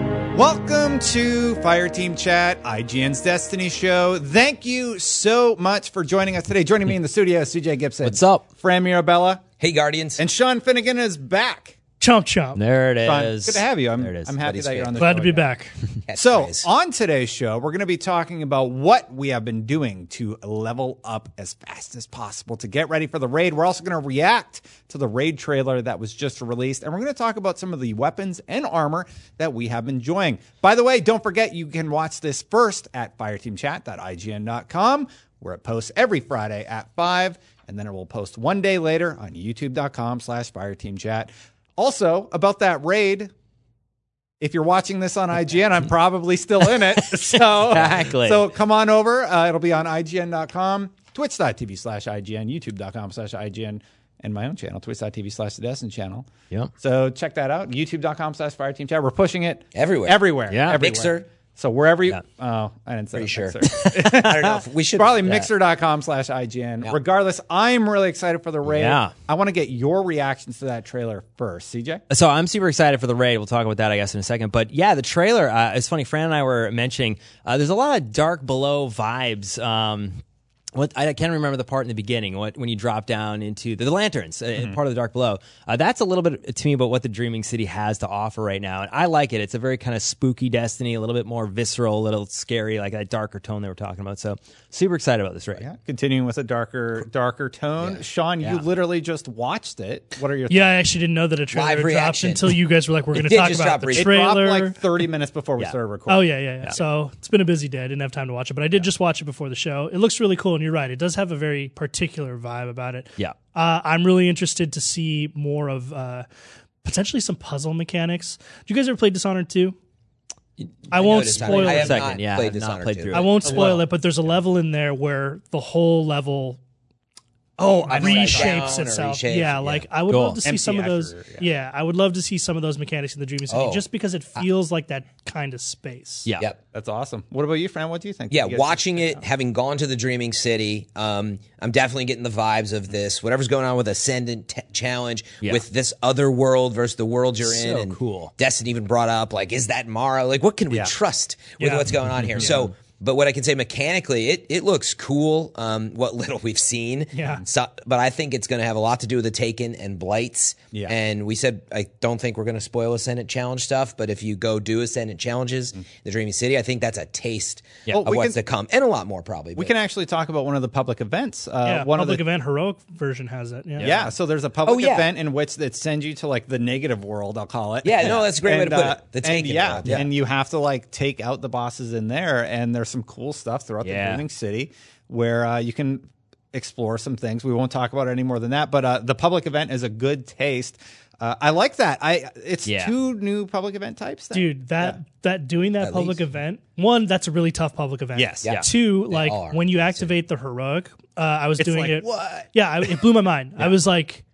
Welcome to Fireteam Chat, IGN's Destiny Show. Thank you so much for joining us today. Joining me in the studio is CJ Gibson. What's up? Fran Mirabella. Hey, Guardians. And Sean Finnegan is back. Chomp chomp. There it Sean, is. good to have you. I'm, There it is. I'm happy that you're on the show Glad to be again. back. So, Catchphrase. on today's show, we're going to be talking about what we have been doing to level up as fast as possible to get ready for the raid. We're also going to react to the raid trailer that was just released, and we're going to talk about some of the weapons and armor that we have been enjoying. By the way, don't forget you can watch this first at fireteamchat.ign.com, where it posts every Friday at 5, and then it will post one day later on youtube.com slash fireteamchat. Also, about that raid, if you're watching this on IGN, I'm probably still in it. So Exactly. So come on over. Uh, it'll be on IGN.com, twitch.tv slash IGN, youtube.com slash IGN, and my own channel, twitch.tv slash the Destin channel. Yep. So check that out. YouTube.com slash Fireteam Chat. We're pushing it Everywhere. Everywhere. Yeah. Everywhere. Mixer. So wherever you, oh, I didn't say Pretty sure. Mixer. I don't know. If we should Probably mixer.com slash IGN. Regardless, I'm really excited for the raid. Yeah. I want to get your reactions to that trailer first. CJ? so I'm super excited for the raid. We'll talk about that, I guess, in a second. But yeah, the trailer. Uh, it's funny. Fran and I were mentioning uh, there's a lot of dark below vibes. Um, what I can't remember the part in the beginning. What when you drop down into the, the lanterns, uh, Mm-hmm. part of the dark below. Uh, that's a little bit to me about what the Dreaming City has to offer right now, and I like it. It's a very kind of spooky Destiny, a little bit more visceral, a little scary, like that darker tone they were talking about. So super excited about this raid. Yeah, continuing with a darker, darker tone. Sean, you literally just watched it. What are your Yeah, I actually didn't know that a trailer Live dropped reaction. until you guys were like, "We're going to did talk just drop about the recently. thoughts? It trailer." dropped like thirty minutes before we started recording. oh yeah, yeah, yeah, So it's been a busy day. I didn't have time to watch it, but I did just watch it before the show. It looks really cool, and you're right. It does have a very particular vibe about it. Yeah. Uh, I'm really interested to see more of uh, potentially some puzzle mechanics. Do you guys ever play Dishonored 2? I won't Dishonored. spoil I it. have Second, not yeah, played I've not Dishonored played two. through. I it. won't spoil it, but there's a level in there where the whole level oh reshapes Down or itself. reshapes, yeah, yeah. like I would Cool. love to see Empty some of those. accurate, yeah. I would love to see some of those mechanics in the Dream City, Oh. just because it feels like that kind of space. Yeah. Yep. that's awesome. What about you, Fran? What do you think? Yeah, You guys- watching it, having gone to the Dreaming City, um, I'm definitely getting the vibes of this. Whatever's going on with Ascendant t- Challenge, Yeah. with this other world versus the world you're in, So and cool. Destin even brought up like, is that Mara? Like, what can we trust with Yeah. what's going on here? So, but what I can say mechanically, it it looks cool. Um, what little we've seen, Yeah. So, but I think it's going to have a lot to do with the Taken and Blights. Yeah. And we said, I don't think we're going to spoil Ascendant Challenge stuff, but if you go do Ascendant Challenges, the Dreaming City, I think that's a taste Well, of we what's can- to come and a lot more probably. we but- can actually talk about one of the public events. Uh, Yeah, one public of the event heroic version has that. Yeah, yeah. So there's a public Oh, yeah. event in which it sends you to like the negative world. I'll call it. Yeah, no, that's a great way to put it. The and, taken yeah, world, yeah. and you have to like take out the bosses in there, and there's some cool stuff throughout Yeah. the Dreaming City where uh, you can explore some things. We won't talk about it any more than that, but uh, the public event is a good taste. Uh, I like that. I it's Yeah. two new public event types. Then. dude, that that doing that public least. event. One, that's a really tough public event. Yes, yeah. Two, like are. when you activate the heroic, uh, I was doing like, it. what? Yeah, I, it blew my mind. I was like,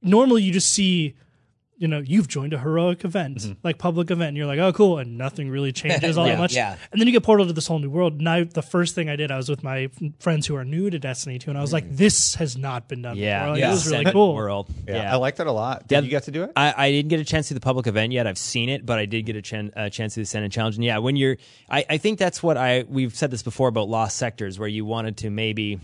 normally you just see. You know, you've joined a heroic event, Mm-hmm. like public event, and you're like, oh, cool, and nothing really changes all Yeah, that much. yeah. And then you get portaled to this whole new world. And I, the first thing I did, I was with my f- friends who are new to Destiny 2, and I was like, this has not been done Yeah. before. Like, Mm. Yeah. It was really Second cool. World. Yeah, I liked it a lot. Did you get to do it? I, I didn't get a chance to the public event yet. I've seen it, but I did get a, chan- a chance to the Senate challenge. And yeah, when you're, I, I think that's what I we've said this before about lost sectors where you wanted to maybe.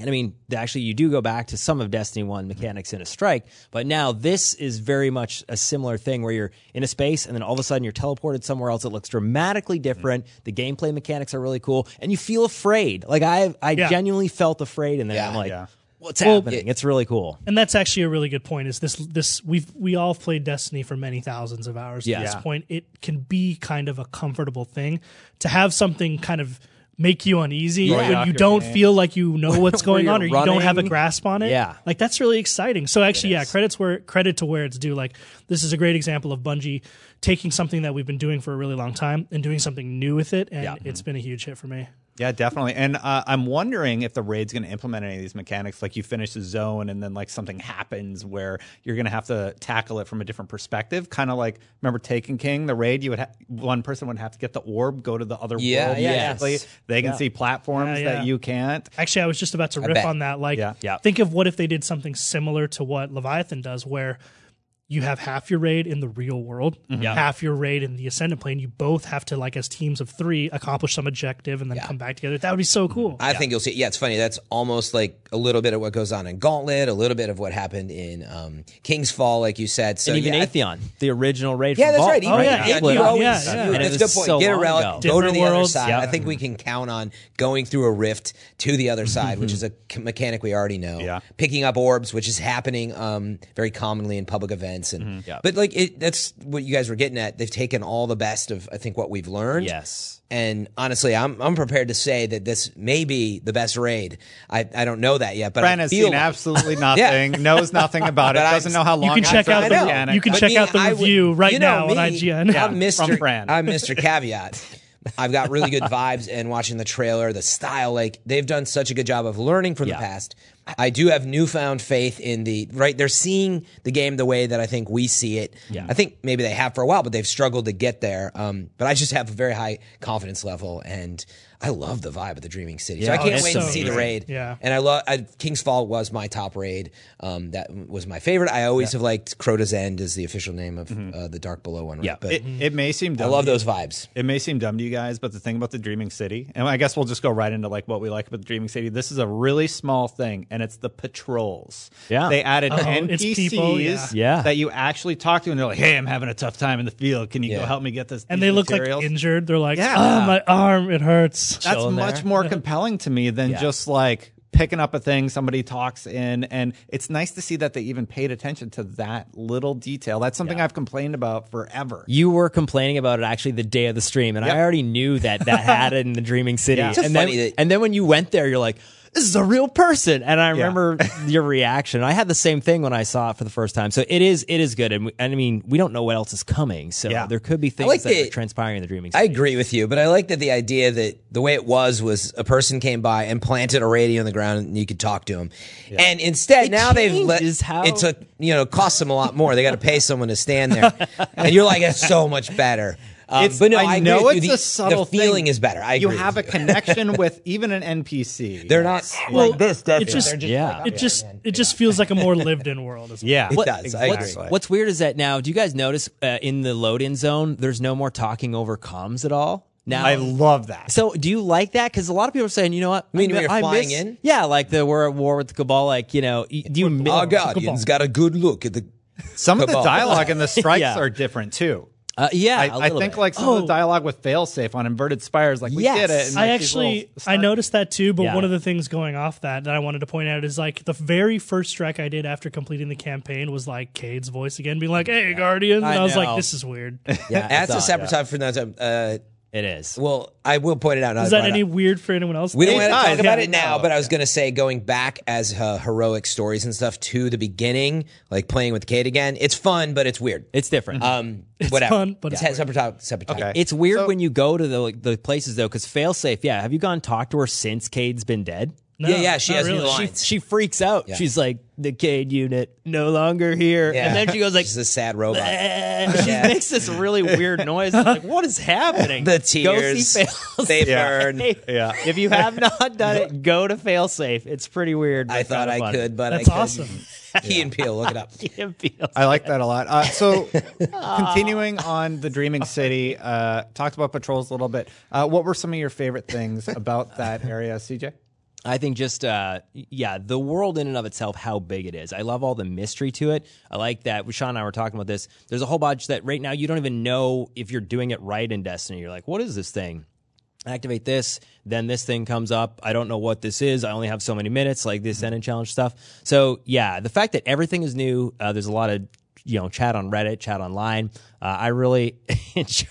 And I mean, actually, you do go back to some of Destiny 1 mechanics in a strike, but now this is very much a similar thing where you're in a space and then all of a sudden you're teleported somewhere else. It looks dramatically different. Mm. The gameplay mechanics are really cool and you feel afraid. Like, I I Yeah. genuinely felt afraid in that. Yeah. I'm like, Yeah. what's happening? it's really cool. and that's actually a really good point is this this we've we all have played destiny for many thousands of hours Yeah. at this Yeah. point it can be kind of a comfortable thing to have something kind of make you uneasy when you don't feel like you know what's going on or you're you don't have a running. grasp on it Yeah. like that's really exciting so actually yeah credits where credit to where it's due like this is a great example of bungie taking something that we've been doing for a really long time and doing something new with it and it's been a huge hit for me Yeah, definitely. And uh, I'm wondering if the raid's going to implement any of these mechanics. Like you finish the zone, and then like something happens where you're going to have to tackle it from a different perspective. Kind of like remember Taken King, the raid. You would ha- one person would have to get the orb, go to the other Yeah, world. yes. basically. they can see platforms Yeah, yeah. that you can't. Actually, I was just about to riff bet. on that. Like, Yeah. Yeah. think of what if they did something similar to what Leviathan does, where you have half your raid in the real world, Yeah. half your raid in the ascendant plane. You both have to like as teams of three accomplish some objective and then come back together. That would be so cool. I think you'll see. Yeah, it's funny. That's almost like a little bit of what goes on in Gauntlet, a little bit of what happened in um, King's Fall, like you said. So and even yeah, I- Atheon, the original raid. Yeah, from that's Vault, right. Even Oh, yeah, Atheon, Atheon, you yeah, always, yeah. you- And it that's a was good point. so Get a long relic, ago. go to Different the other worlds. side. Yep. I think we can count on going through a rift to the other side, which is a c- mechanic we already know. Yeah. Picking up orbs, which is happening um, very commonly in public events, and Yeah. but like it, that's what you guys were getting at. They've taken all the best of I think what we've learned. Yes. And honestly, I'm I'm prepared to say that this may be the best raid. I, I don't know that yet, but Bren I has feel seen like- absolutely nothing, knows nothing about it, But I- doesn't know how long. you can it's check out been the mechanic. you can But check me, out the I would- review right you know now on me, IGN. I'm Mr. from Fran. I'm Mr. Caveat. I've got really good vibes and watching the trailer, the style, like they've done such a good job of learning from Yeah. the past. I do have newfound faith in the right. They're seeing the game the way that I think we see it. Yeah. I think maybe they have for a while, but they've struggled to get there. Um, but I just have a very high confidence level, and I love the vibe of the Dreaming City. so I Oh, can't it's wait to so see the amazing. raid. Yeah. And I love I, King's Fall was my top raid. Um, that was my favorite. I always have liked Crota's End is the official name of uh, the Dark Below one. right? Yeah. but Mm-hmm. It, it may seem I dumb. love to you- those vibes. It may seem dumb to you guys, but the thing about the Dreaming City, and I guess we'll just go right into like what we like about the Dreaming City. This is a really small thing, and it's the patrols. Yeah. they added it's NPCs people, yeah. Yeah. that you actually talk to, and they're like, "Hey, I'm having a tough time in the field. Can you go Yeah. help me get this?" and these they look materials?" like injured. They're like, Yeah. oh, my arm, it hurts. that's chilling much there. more compelling to me than just like picking up a thing somebody talks in and it's nice to see that they even paid attention to that little detail that's something i've complained about forever You were complaining about it actually the day of the stream, and I already knew that that had it in the Dreaming City. Yeah. It's just And then, funny that- and then when you went there, you're like, "This is a real person," and I remember your reaction. I had the same thing when I saw it for the first time. So it is, it is good, and, we, and I mean, we don't know what else is coming, so Yeah. there could be things like that the- are transpiring in the Dreaming I City. agree with you, but I like that the idea that the way it was was a person came by and planted a radio on the ground and you could talk to him. And instead, now they've let changes how- it took you know costs them a lot more. they got to pay someone to stand there, and you're like, it's so much better. Um, it's, but no, I, agree know with it's you. a subtle The feeling thing. is better. I you agree have with a connection with even an NPC. They're not Well, like this. Definitely. just- They're Yeah. like, it just it just feels like a more lived in world. As well. Yeah, It does. I what's, agree. what's weird is that now, do you guys notice uh, in the load-in zone, there's no more talking over comms at all? Now I love that. So do you like that? Because a lot of people are saying, you know what? I mean mi- when you're I flying miss- in? Oh, Yeah, like the we're at war with the cabal. Like you know, y- do you? mi- Our guardian's got a good look at the. some of the Cabal. dialogue and the strikes Yeah. are different too. Uh, yeah, I, a I little think bit. like some of the Oh. dialogue with failsafe on inverted spires, like we Yes. did it. And I I like, these actually little I start- noticed that too, but Yeah. one of the things going off that that I wanted to point out is like the very first strike I did after completing the campaign was like Cade's voice again being like, "Hey, Guardian," and I, I was know. like, "This is weird." is yeah, That's it's a odd. separate time for another time. Uh, It is. well, I will point it out. now that brought it any up. weird for anyone else? We don't want to does. talk about it Yeah, now, no. but I was going to say going back as uh, heroic stories and stuff to the beginning, like playing with Kate again. It's fun, but it's weird. It's different. Uh, um, whatever. fun, but it's It's separate topic. Separate topic. Okay. it's weird So- when you go to the like, the places though, because failsafe. Yeah, have you gone and talked to her since Cade's been dead? No, yeah, yeah, she not has new really. lines. She, she freaks out. She's like, the Cade unit no longer here. Yeah. And then she goes like, She's a sad robot. "Eh," she Yeah. makes this really weird noise. I'm like, what is happening? The Go see tears, Failsafe. they burn. Yeah. If you have not done it, go to failsafe. It's pretty weird. I thought I could, but That's I couldn't. awesome. Key and Peele, look it up. could. I like that a lot. Uh, so, continuing on the Dreaming City, uh, talked about patrols a little bit. Uh, what were some of your favorite things about that area, CJ? I think just uh, yeah, the world in and of itself, how big it is. I love all the mystery to it. I like that. Sean and I were talking about this. There's a whole bunch that right now you don't even know if you're doing it right in Destiny. You're like, what is this thing? Activate this, then this thing comes up. I don't know what this is. I only have so many minutes, like this end and challenge stuff. So yeah, the fact that everything is new. Uh, there's a lot of you know chat on Reddit, chat online. Uh, I really enjoy.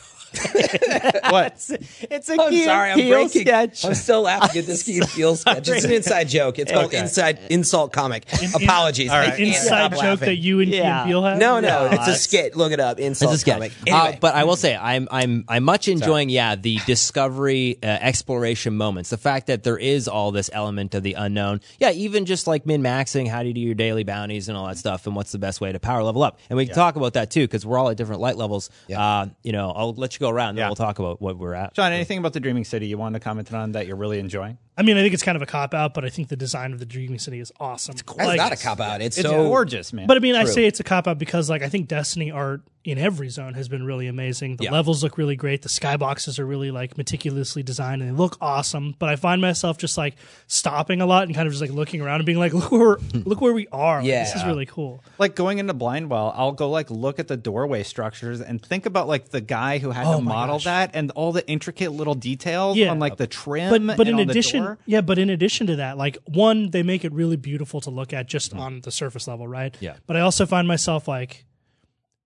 What? It's a I'm Key and sorry, I'm Peele breaking. sketch. I'm still laughing at this Key and Peele sketch. It's an inside joke. It's called inside insult comic. Apologies. I can't Inside stop joke laughing. that you and Yeah. yeah. Peel have. No, no, it's a it's- skit. Look it up. Insult It's a sketch. comic. Uh, Anyway. but I will say I'm I'm I'm much enjoying yeah the discovery uh, exploration moments. The fact that there is all this element of the unknown. Yeah, even just like min maxing, how do you do your daily bounties and all that stuff, and what's the best way to power level up. And we can talk about that too because we're all at different light levels. Uh, you know, I'll let you go around. and Yeah. Then we'll talk about what we're at. John, anything about the Dreaming City you wanted to comment on that you're really enjoying? I I mean, I think it's kind of a cop out, but I think the design of the Dreaming City is awesome. It's That's not a cop out. It's, It's so gorgeous, man. But I mean, I True. say it's a cop out because like I think Destiny art in every zone has been really amazing. The Yeah. levels look really great. The skyboxes are really like meticulously designed and they look awesome. But I find myself just like stopping a lot and kind of just like looking around and being like, look where look where we are. Like, this is Yeah. really cool. like going into blind well i'll go like look at the doorway structures and think about like the guy who had to Oh my model gosh. that and all the intricate little details Yeah. on like the trim But and but in on the addition, door. yeah, but in addition to that, like one, they make it really beautiful to look at just on the surface level, right? Yeah. But I also find myself like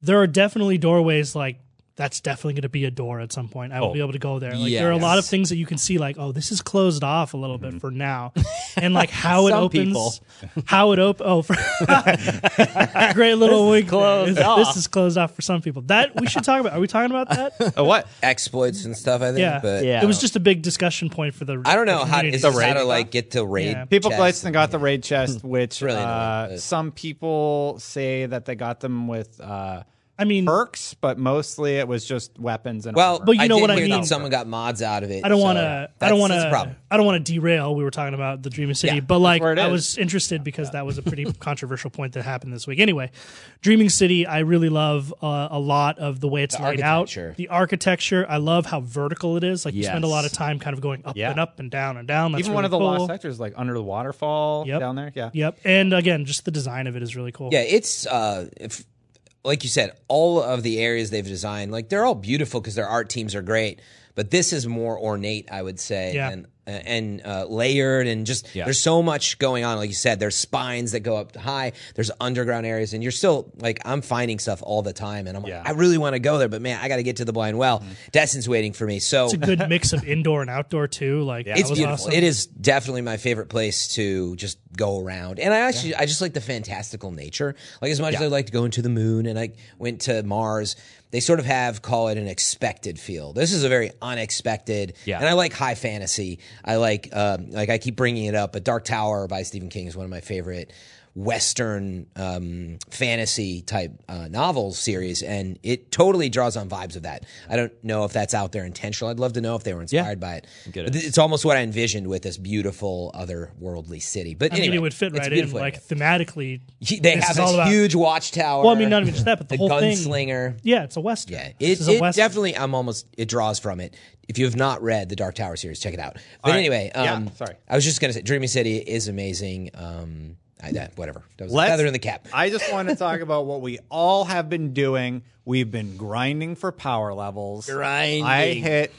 there are definitely doorways like that's definitely going to be a door at some point. I will be able to go there. Like there are a lot of Yes. things that you can see like oh this is closed off a little bit for now. And like how it Some opens people. how it op oh for great little wink. Closed This is closed off for some people. That we should talk about. Are we talking about that? oh what exploits and stuff. I think, Yeah. but Yeah. It was just a big discussion point for the I don't know the how community. is this how to like get to raid. Yeah. people chest. Hmm. glitched and got the raid chest which really annoying, uh, some people say that they got them with uh, I mean perks but mostly it was just weapons and Well, armor. But you know did what I hear that mean. Someone got mods out of it. I don't so want to. I that's- don't want that's a problem. to. I don't want to derail. We were talking about the Dreaming City, Yeah, but like where it I is. was interested because that was a pretty controversial point that happened this week. Anyway, Dreaming City, I really love uh, a lot of the way it's laid architecture. out. The architecture, I love how vertical it is. Like you spend a lot of Yes. time kind of going up Yeah. and up and down and down. That's even one really of the cool. lost sectors like under the waterfall Yep. down there yeah Yep, and again, just the design of it is really cool. Yeah, it's uh, if like you said, all of the areas they've designed, like they're all beautiful because their art teams are great. But this is more ornate, I would say, Yeah. and and uh, layered, and just there's so much going on. Like you said, there's spines that go up high. There's underground areas, and you're still like I'm finding stuff all the time, and I'm like, I really want to go there, but man, I got to get to the blind well. Destin's waiting for me, so It's a good mix of indoor and outdoor too. Like that it's was beautiful. awesome. It is definitely my favorite place to just go around. And I actually, I just like the fantastical nature. Like as much as I like to go into the moon and I went to Mars, they sort of have call it an expected feel. This is a very unexpected. Yeah. And I like high fantasy. I like, um, like I keep bringing it up, but Dark Tower by Stephen King is one of my favorite. Western um, fantasy type uh, novel series, and it totally draws on vibes of that. I don't know if that's out there intentional. I'd love to know if they were inspired by it. But th- It's almost what I envisioned with this beautiful, otherworldly city. But I anyway, mean, it would fit it's right in, beautiful. like thematically. He- they this have is all this about. huge watchtower. well, I mean, not even just that, but the, a whole thing. gunslinger. Yeah, it's a western. Yeah, this it, is a it western. definitely. I'm almost. It draws from it. If you have not read the Dark Tower series, check it out. But anyway, um, sorry. I was just gonna say, Dreaming City is amazing. Um, I, that, whatever. That was a Let's- feather in the cap. I just want to talk about what we all have been doing. We've been grinding for power levels. Grinding. I hit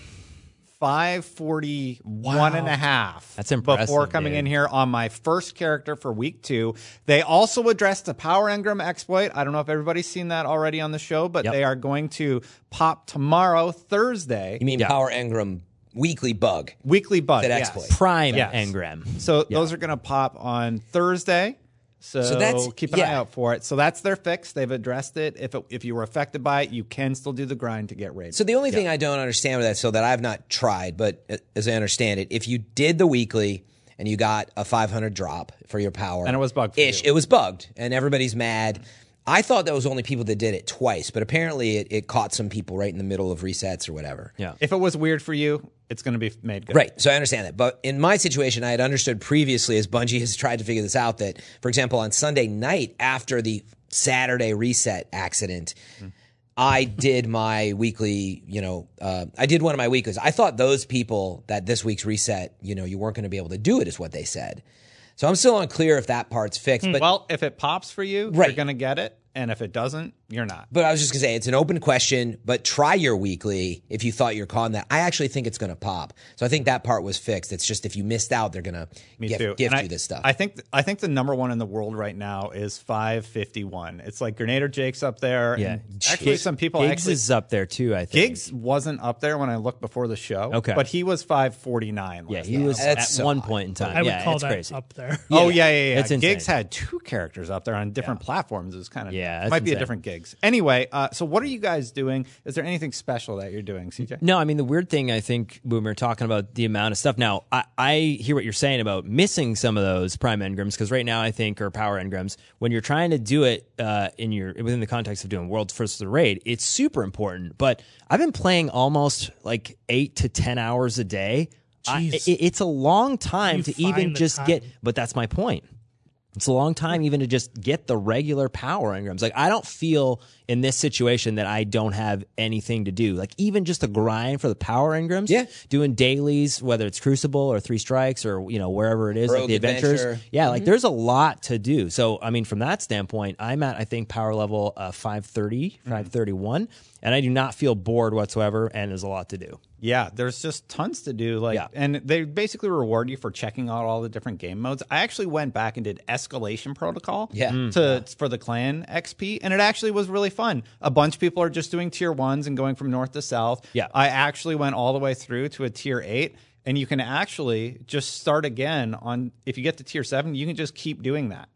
541 and a half. That's impressive, Before coming dude. in here on my first character for week two. They also addressed the Power Engram exploit. I don't know if everybody's seen that already on the show, but they are going to pop tomorrow, Thursday. You mean Power Engram weekly bug? Weekly bug. That yes. exploit. Prime Yes. engram. So those are going to pop on Thursday. So, that's- keep an eye yeah. out for it. So that's their fix. They've addressed it. If it, if you were affected by it, you can still do the grind to get raided. So the only thing I don't understand with that, so that I've not tried, but uh, as I understand it, if you did the weekly and you got a 500 drop for your power, And it was bugged for ish, you. it was bugged, and everybody's mad. I thought that was only people that did it twice, but apparently it, it caught some people right in the middle of resets or whatever. Yeah. if it was weird for you, it's going to be made good. Right. So I understand that. But in my situation, I had understood previously as Bungie has tried to figure this out that, for example, on Sunday night after the Saturday reset accident, I did my weekly, you know, uh, I did one of my weeklies. I thought those people that this week's reset, you know, you weren't going to be able to do it, is what they said. So I'm still unclear if that part's fixed. But Well, if it pops for you, you're Right. going to get it, and if it doesn't, you're not. But I was just gonna say it's an open question. But try your weekly if you thought you're calling that. I actually think it's gonna pop. So I think that part was fixed. It's just if you missed out, they're gonna Me gift, too. gift And you I, this stuff. I think I think the number one in the world right now is 551. It's like Grenadier Jake's up there. Yeah. and actually, some people Gigs actually is up there too. I think. Gigs wasn't up there when I looked before the show. Okay. but he was 549. Yeah, last he night. was That's at so one high. point in time. I would yeah, call it's that crazy. up there. Oh yeah, yeah, yeah. That's insane. Gigs had two characters up there on different platforms. It was kind of Yeah, it that's might be a insane. different gigs. Anyway, uh, so what are you guys doing? Is there anything special that you're doing, CJ? No, I mean the weird thing I think when we're talking about the amount of stuff. Now I, I hear what you're saying about missing some of those prime engrams because right now I think or power engrams when you're trying to do it uh, in your within the context of doing worlds versus the raid, it's super important. But I've been playing almost like eight to ten hours a day I, Jeez. it, it's a long time You to find even the just time. get. But that's my point. It's a long time even to just get the regular power engrams. Like I don't feel in this situation that I don't have anything to do. Like even just the grind for the power engrams, Yeah. doing dailies, whether it's Crucible or Three Strikes or you know wherever it is, like Rogue the adventures. Adventure. Mm-hmm. Yeah, like there's a lot to do. So I mean, from that standpoint, I'm at I think power level uh, 530, Mm-hmm. 531, and I do not feel bored whatsoever. And there's a lot to do. Yeah, there's just tons to do. Like, Yeah. and they basically reward you for checking out all the different game modes. I actually went back and did Escalation Protocol, Yeah. Mm. to for the clan XP, and it actually was really fun. A bunch of people are just doing tier ones and going from north to south. Yeah. I actually went all the way through to a tier eight, and you can actually just start again on if you get to tier seven, you can just keep doing that.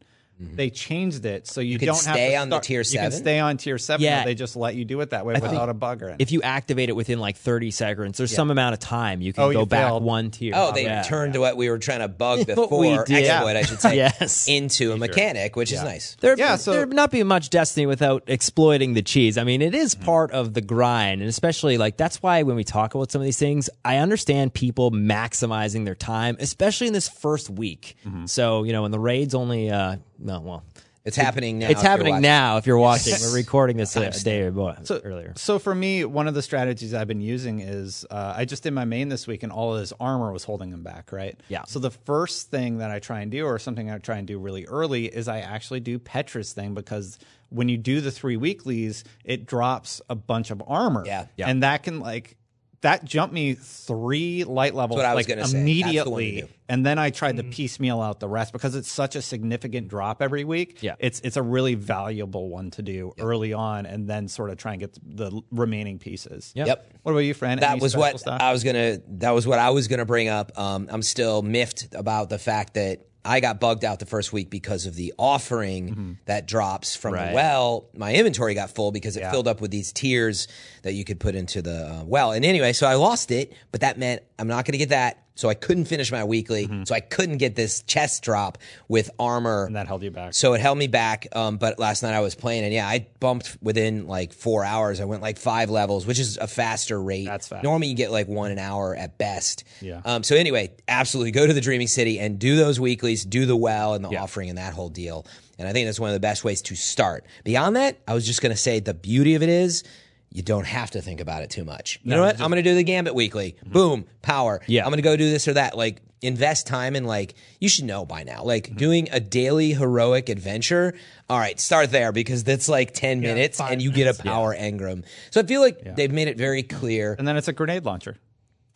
They changed it so you, can don't have Mm-hmm. stay to on the start- tier You seven? can stay on tier seven. Yeah. or They just let you do it that way without a bug or anything. if you activate it within like 30 seconds, there's some amount of time you can Oh, you go back failed. one tier. Oh, they Yeah. turned to what we were trying to bug the What we four did. exploit, I should say, Yes. into a mechanic, which is nice. There, Yeah, so- there not be much destiny without exploiting the cheese. I mean, it is Hmm. part of the grind, and especially like that's why when we talk about some of these things, I understand people maximizing their time, especially in this first week. Mm-hmm. So you know, when the raid's only uh, no, well, It's happening now. it's if you're happening watching. now. If you're watching, we're recording this uh, day or boy, So- earlier. So for me, one of the strategies I've been using is uh, I just did my main this week, and all of his armor was holding him back. Right. Yeah. So the first thing that I try and do, or something I try and do really early, is I actually do Petra's thing because when you do the three weeklies, it drops a bunch of armor. Yeah. Yeah. And that can like. That jumped me three light levels what I was like gonna say. That's the one to immediately, do. and then I tried to piecemeal out the rest because it's such a significant drop every week. Yeah. It's it's a really valuable one to do early on and then sort of try and get the remaining pieces. Yep. What about you, Fran? That Any was special what stuff? I was gonna. That was what I was gonna bring up. Um, I'm still miffed about the fact that I got bugged out the first week because of the offering Mm-hmm. that drops from Right. the well. My inventory got full because it filled up with these tiers that you could put into the uh, well. And anyway, so I lost it, but that meant I'm not gonna get that. So I couldn't finish my weekly. So I couldn't get this chest drop with armor. Mm-hmm. and that held you back. So it held me back. Um, but last night I was playing, and yeah, I bumped within like four hours. I went like five levels, which is a faster rate. That's fast. Normally you get like one an hour at best. Yeah. Um, so anyway, absolutely go to the Dreaming City and do those weeklies, do the well and the offering and that whole deal. And I think that's one of the best ways to start. Beyond that, I was just going to say the beauty of it is. You don't have to think about it too much. You know what? I'm going to do the gambit weekly. Boom, power. Yeah. I'm going to go do this or that. Like invest time in like you should know by now. Like doing a daily heroic adventure. All right, start there because that's like 10 minutes five and you get a power engram. So I feel like they've made it very clear and then it's a grenade launcher.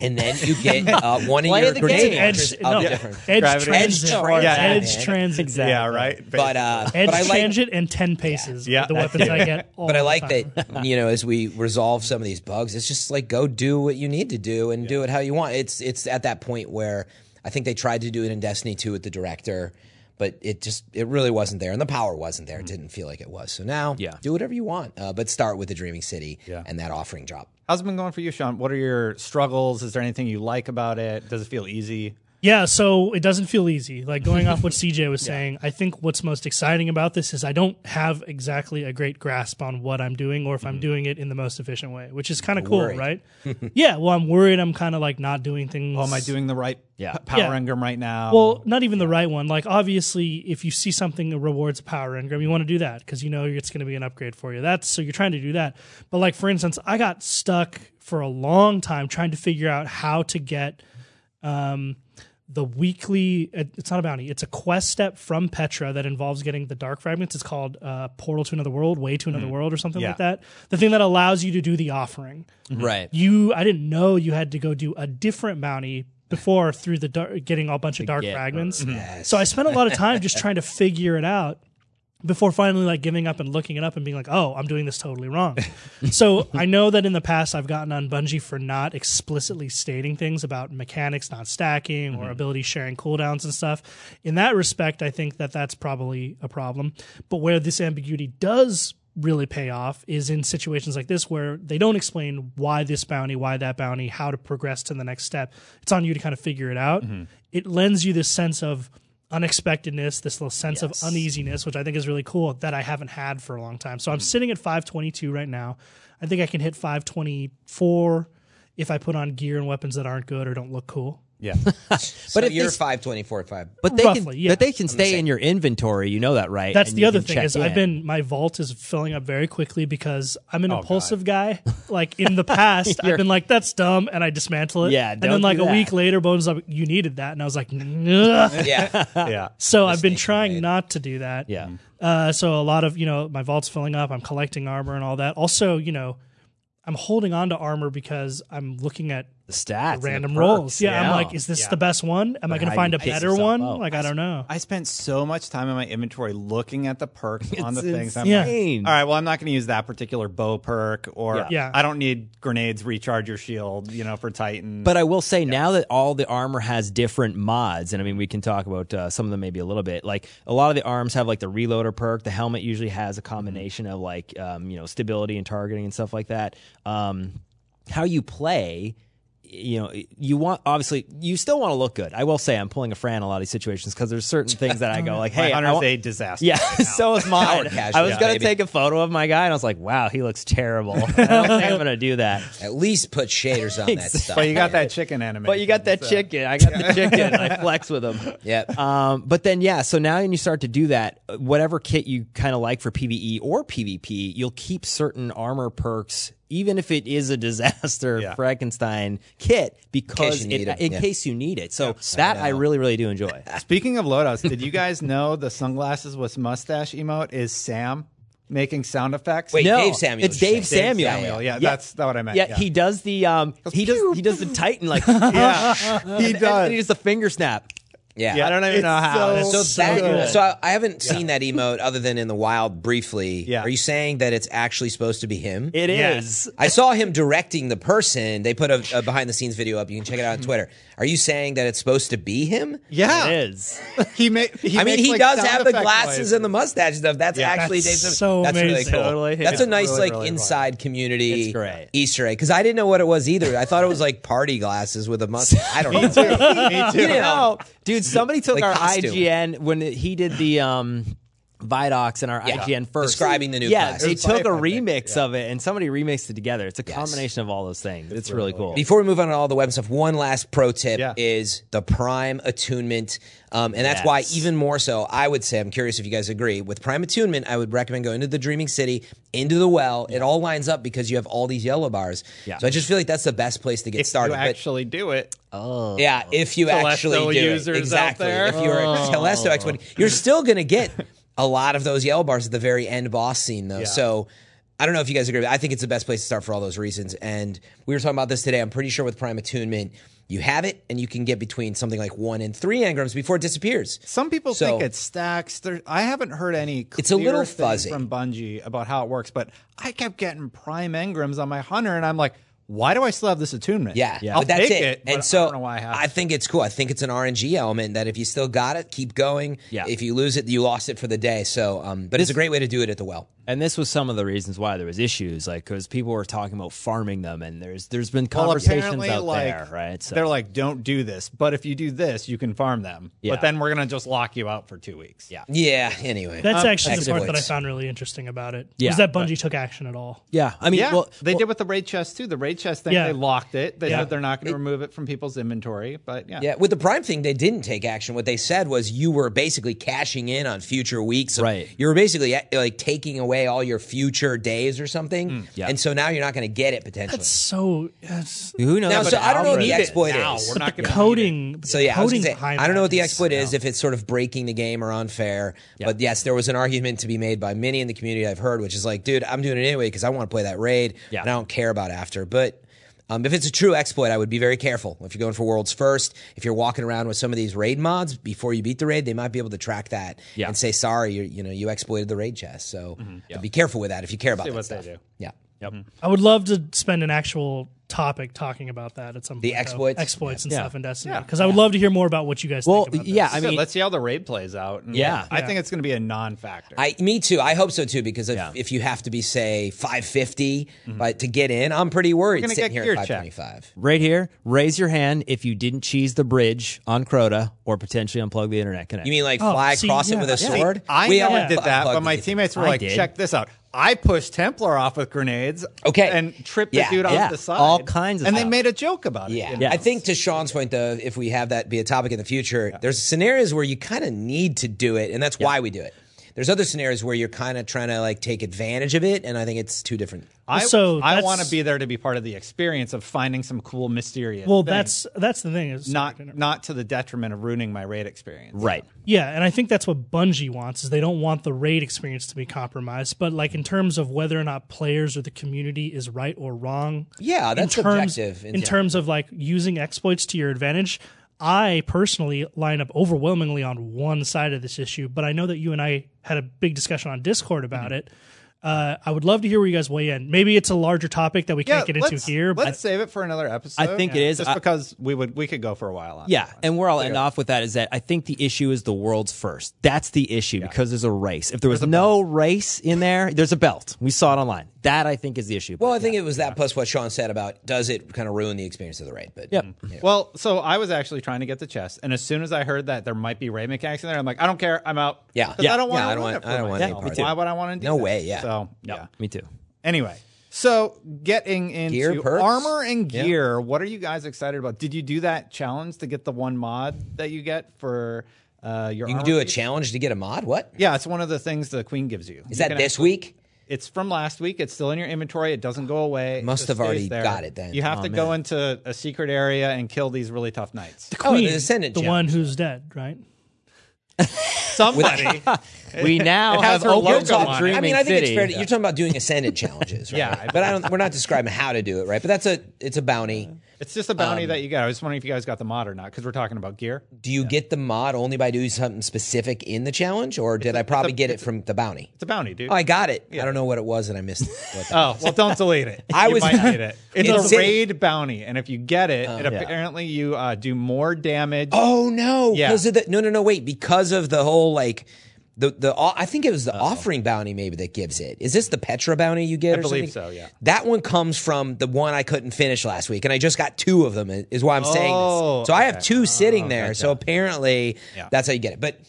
and then you get uh, one of Play your the grenade game. launchers Edge, no, of different. edge Gravity. transit, Edge transit. Yeah. edge Yeah. transit, Yeah, right. But uh, Edge but I like transit and ten paces. Yeah, Yeah, the that's weapons it. I get. All but I the like time. that you know as we resolve some of these bugs, it's just like go do what you need to do and do it how you want. It's it's at that point where I think they tried to do it in Destiny 2 with the director, but it just it really wasn't there, and the power wasn't there. It Mm-hmm. didn't feel like it was. So now Yeah. do whatever you want, uh, but start with the Dreaming City and that offering drop. How's it been going for you, Sean? What are your struggles? Is there anything you like about it? Does it feel easy? Yeah, so it doesn't feel easy. Like going off what CJ was saying, I think what's most exciting about this is I don't have exactly a great grasp on what I'm doing or if I'm doing it in the most efficient way, which is kind of cool, Mm-hmm. worried. right? yeah, well, I'm worried I'm kind of like not doing things. Am I doing the right Yeah. p- power Yeah. engram right now? Well, not even the right one. Like obviously, if you see something that rewards a power engram, you want to do that because you know it's going to be an upgrade for you. That's so you're trying to do that. But like for instance, I got stuck for a long time trying to figure out how to get um, the weekly. it- It's not a bounty. It's a quest step from Petra that involves getting the dark fragments. It's called uh, Portal to Another World, Way to Another World, or something like that. The thing that allows you to do the offering mm-hmm. Right. you I didn't know you had to go do a different bounty before through the dark, getting a bunch of dark fragments. So I spent a lot of time just trying to figure it out before finally like giving up and looking it up and being like, "Oh, I'm doing this totally wrong." so I know that in the past I've gotten on Bungie for not explicitly stating things about mechanics not stacking or ability sharing cooldowns and stuff. In that respect, I think that that's probably a problem. But where this ambiguity does really pay off is in situations like this where they don't explain why this bounty, why that bounty, how to progress to the next step. It's on you to kind of figure it out. It lends you this sense of unexpectedness, this little sense of uneasiness, which I think is really cool that I haven't had for a long time. Mm. So I'm sitting at 522 right now. I think I can hit 524 if I put on gear and weapons that aren't good or don't look cool. Yeah. but if if they you're s- five twenty four five. But they Roughly, can, yeah. but they can stay in your inventory. You know that, right? That's And the you other can thing check is in. Oh, I've been my vault is filling up very quickly because I'm an impulsive guy. Like in the past, I've been like that's dumb, and I dismantle it. Yeah, and don't then like do a week that. later, Bones like you needed that, and I was like, Ugh. Yeah. yeah. so I've been Mistake trying made. not to do that. Yeah. Uh, so a lot of you know my vault's filling up. I'm collecting armor and all that. Also, you know, I'm holding on to armor because I'm looking at The stats, and the random perks, rolls. Yeah, I'm yeah. like, is this the best one? Am I going how to find you a pace better yourself one? out. Like I don't know. I spent so much time in my inventory looking at the perks on the It's things. I'm like, insane. all right, well, I'm not going to use that particular bow perk, or Yeah. Yeah. I don't need grenades, recharge your shield, you know, for Titan. But I will say now that all the armor has different mods, and I mean we can talk about uh, some of them maybe a little bit. Like a lot of the arms have like the reloader perk. The helmet usually has a Mm-hmm. combination of like um, you know stability and targeting and stuff like that. Um, how you play. You know, you want obviously you still want to look good. I will say I'm pulling a Fran in a lot of these situations because there's certain things that I go like, my hey, I hunter's want- a disaster. yeah, so is mine. cash, I was yeah, gonna baby. take a photo of my guy, and I was like, "Wow, he looks terrible." I don't think I'm gonna do that. At least put shaders on that stuff. but you got that chicken enemy. But you got that chicken. I got the chicken. and I flex with him. Yep. Uh, Um, but then yeah, so now when you start to do that, uh, whatever kit you kind of like for PVE or PvP, you'll keep certain armor perks, even if it is a disaster Yeah. Frankenstein kit, because you it- need 'em, in yeah. case you need it. So that I, know. really really do enjoy. Speaking of loadouts, did you guys know the sunglasses with mustache emote is Sam making sound effects? Wait, no, Dave Samuels, It's Dave you said. Samuel. Samuel. Yeah, Yeah. that's not what I meant. Yeah, he does the um, he does he does the Titan like Yeah, he and- and he does. does the finger snap. Yeah. Yeah. I don't even know It's how. so It's So, that- good. so I, I haven't seen that emote other than in the wild briefly. Yeah. Are you saying that it's actually supposed to be him? It Yes. is. I saw him directing the person. They put a, a behind the scenes video up. You can check it out on Twitter. Are you saying that it's supposed to be him? Mm-hmm. Yeah, It is. he made. He I mean, makes, he like, does sound have the effect glasses noises. and the mustache and stuff. That's Yeah. actually That's Dave's. so that's really amazing. cool. Totally him. That's a It's nice really, like really inside community It's great. Easter egg because I didn't know what it was either. I thought it was like party glasses with a mustache. I don't know. Me too. you know, dude, somebody took Like our costume. IGN when he did the um Vidocs and our Yeah. IGN first Describing the new Yeah, class. It they was took life, a I think, remix of it and somebody remixed it together. It's a combination of all those things. It's, really, cool. Before we move on to all the web stuff, one last pro tip Yeah. is the prime attunement. Um, and that's why, Yes. even more so, I would say, I'm curious if you guys agree, with prime attunement, I would recommend going to the Dreaming City, into the well. It all lines up because you have all these yellow bars. Yeah. So I just feel like that's the best place to get If started. you But- actually do it, Yeah, if you Telesto actually do it. users out exactly. there. Oh. If you're a Telesto expert, you're still going to get a lot of those yellow bars at the very end boss scene, though. So I don't know if you guys agree, but I think it's the best place to start for all those reasons. And we were talking about this today. I'm pretty sure with Prime Attunement, you have it, and you can get between something like one and three engrams before it disappears. Some people So- think it stacks. There, I haven't heard any. Clear It's a little thing fuzzy. from Bungie about how it works, but I kept getting prime engrams on my hunter, and I'm like, why do I still have this attunement? Yeah, I'll but that's take it. but And so I don't know why I have. it. think it's cool. I think it's an RNG element that if you still got it, keep going. Yeah. If you lose it, you lost it for the day. So, um, but it's a great way to do it at the well. And this was some of the reasons why there was issues, like because people were talking about farming them, and there's there's been Well, conversations apparently, out like, there, right? So They're like, don't do this, but if you do this, you can farm them. Yeah. But then we're gonna just lock you out for two weeks. Yeah. Yeah. Anyway, That's actually the active part that I voice. found really interesting about it. Yeah, was that Bungie took action at all? yeah, I mean, Yeah, well, they well, did with the raid chest too. The raid chest thing, Yeah. they locked it. They Yeah. said they're not going to remove it from people's inventory. But yeah, Yeah, with the Prime thing, they didn't take action. What they said was you were basically cashing in on future weeks. of- Right. You were basically eh, like taking away all your future days or something. Mm, yeah. And so now you're not going to get it potentially. So yes. who knows? Now, what so I don't know what algorithm- the exploit now, is. we're not the going to coding. so yeah, I, was coding gonna say, behind I don't know what the that exploit is if it's sort of breaking the game or unfair. But yes, there was an argument to be made by many in the community I've heard, which is like, dude, I'm doing it anyway because I want to play that raid Yeah. and I don't care about after. But um, if it's a true exploit, I would be very careful. If you're going for worlds first, if you're walking around with some of these raid mods before you beat the raid, they might be able to track that Yeah. and say, sorry, you you know you exploited the raid chest. So be careful with that if you care about See that what they do. stuff. Yeah. I would love to spend an actual topic talking about that at some The point. though. exploits? exploits and Yeah. stuff in Destiny Yeah. because I would love to hear more about what you guys Well, think about yeah, this. I So mean, let's see how the raid plays out. And, like, Yeah. I think it's going to be a non-factor. I, me too. I hope so too. Because if, Yeah. if you have to be say 550, Mm-hmm. but to get in, I'm pretty worried gonna sitting get here at gear checked. 525. right here, raise your hand if you didn't cheese the bridge on Crota or potentially unplug the internet connection. You mean like Oh, fly see, across yeah, it with a yeah. See, sword? I We never all did that, unplugged but my it. teammates were I like, did. "Check this out." I pushed Templar off with grenades. Okay. And tripped Yeah, the dude yeah. off the side. All kinds of And stuff. they made a joke about it. Yeah. you know? Yeah. I think to Sean's point, though, if we have that be a topic in the future, there's scenarios where you kind of need to do it, and that's why we do it. There's other scenarios where you're kind of trying to like take advantage of it, and I think it's two different. I, So I that's- want to be there to be part of the experience of finding some cool, mysterious. Well, thing. that's that's the thing is not not to the detriment of ruining my raid experience. Right. Yeah, and I think that's what Bungie wants is they don't want the raid experience to be compromised. But like in terms of whether or not players or the community is right or wrong, Yeah, in that's terms, objective. In terms of like using exploits to your advantage, I personally line up overwhelmingly on one side of this issue. But I know that you and I had a big discussion on Discord about Mm-hmm. it. Uh, I would love to hear where you guys weigh in. Maybe it's a larger topic that we Yeah, can't get into let's, here. Let's But save it for another episode. I think it is. just I- because we would we could go for a while. On Yeah, and where I'll end off with that is that I think the issue is the world's first. That's the issue because there's a race. If there was no race in there, there's a belt. We saw it online. That I think is the issue. well, I think it was that plus what Sean said about does it kind of ruin the experience of the raid? But Yep. you know. Well, so I was actually trying to get the chest, and as soon as I heard that there might be raid mechanics in there, I'm like, I don't care, I'm out. Yeah. 'Cause Yeah. I don't want Yeah, to. I don't want- it for I don't want any myself. part of it. Why would I want to do? No that? way, yeah. So yeah. me too. Anyway, so getting into Gear perks? armor and gear, what are you guys excited about? Did you do that challenge to get the one mod that you get for uh, your? you armor can do a piece? challenge to get a mod. What is Yeah, it's one of the things the queen gives you. You that? can This actually- week? It's from last week. It's still in your inventory. It doesn't go away. It Must just have already stays there. got it then. Oh, You have to go into a secret area and kill these really tough knights. Queen, oh, the ascendant the challenge. one who's dead, right? Somebody. We now has have her logo open on top it. dreaming I mean, I think city. it's fair. To, You're talking about doing ascendant challenges, right? Yeah. but I don't. We're not describing how to do it, right? But that's a. It's a bounty. it's just a Um, bounty that you got. I was wondering if you guys got the mod or not because we're talking about gear. Do you get the mod only by doing something specific in the challenge, or did I probably get it from the bounty? It's a bounty, dude. Oh, I got it. I don't know what it was that I missed. What the- Oh well, don't delete it. I You was- might need it. It's It's a in- raid bounty, and if you get it, it apparently you uh, do more damage. Oh no! Yeah. Because of the no, no, no. Wait, because of the whole like the the o- I think it was the offering bounty maybe that gives it. Is this the Petra bounty you get? I believe so, yeah. that one comes from the one I couldn't finish last week, and I just got two of them. Is why I'm saying Oh, this. So I have okay. Oh, two sitting there. So apparently Yeah. that's how you get it. But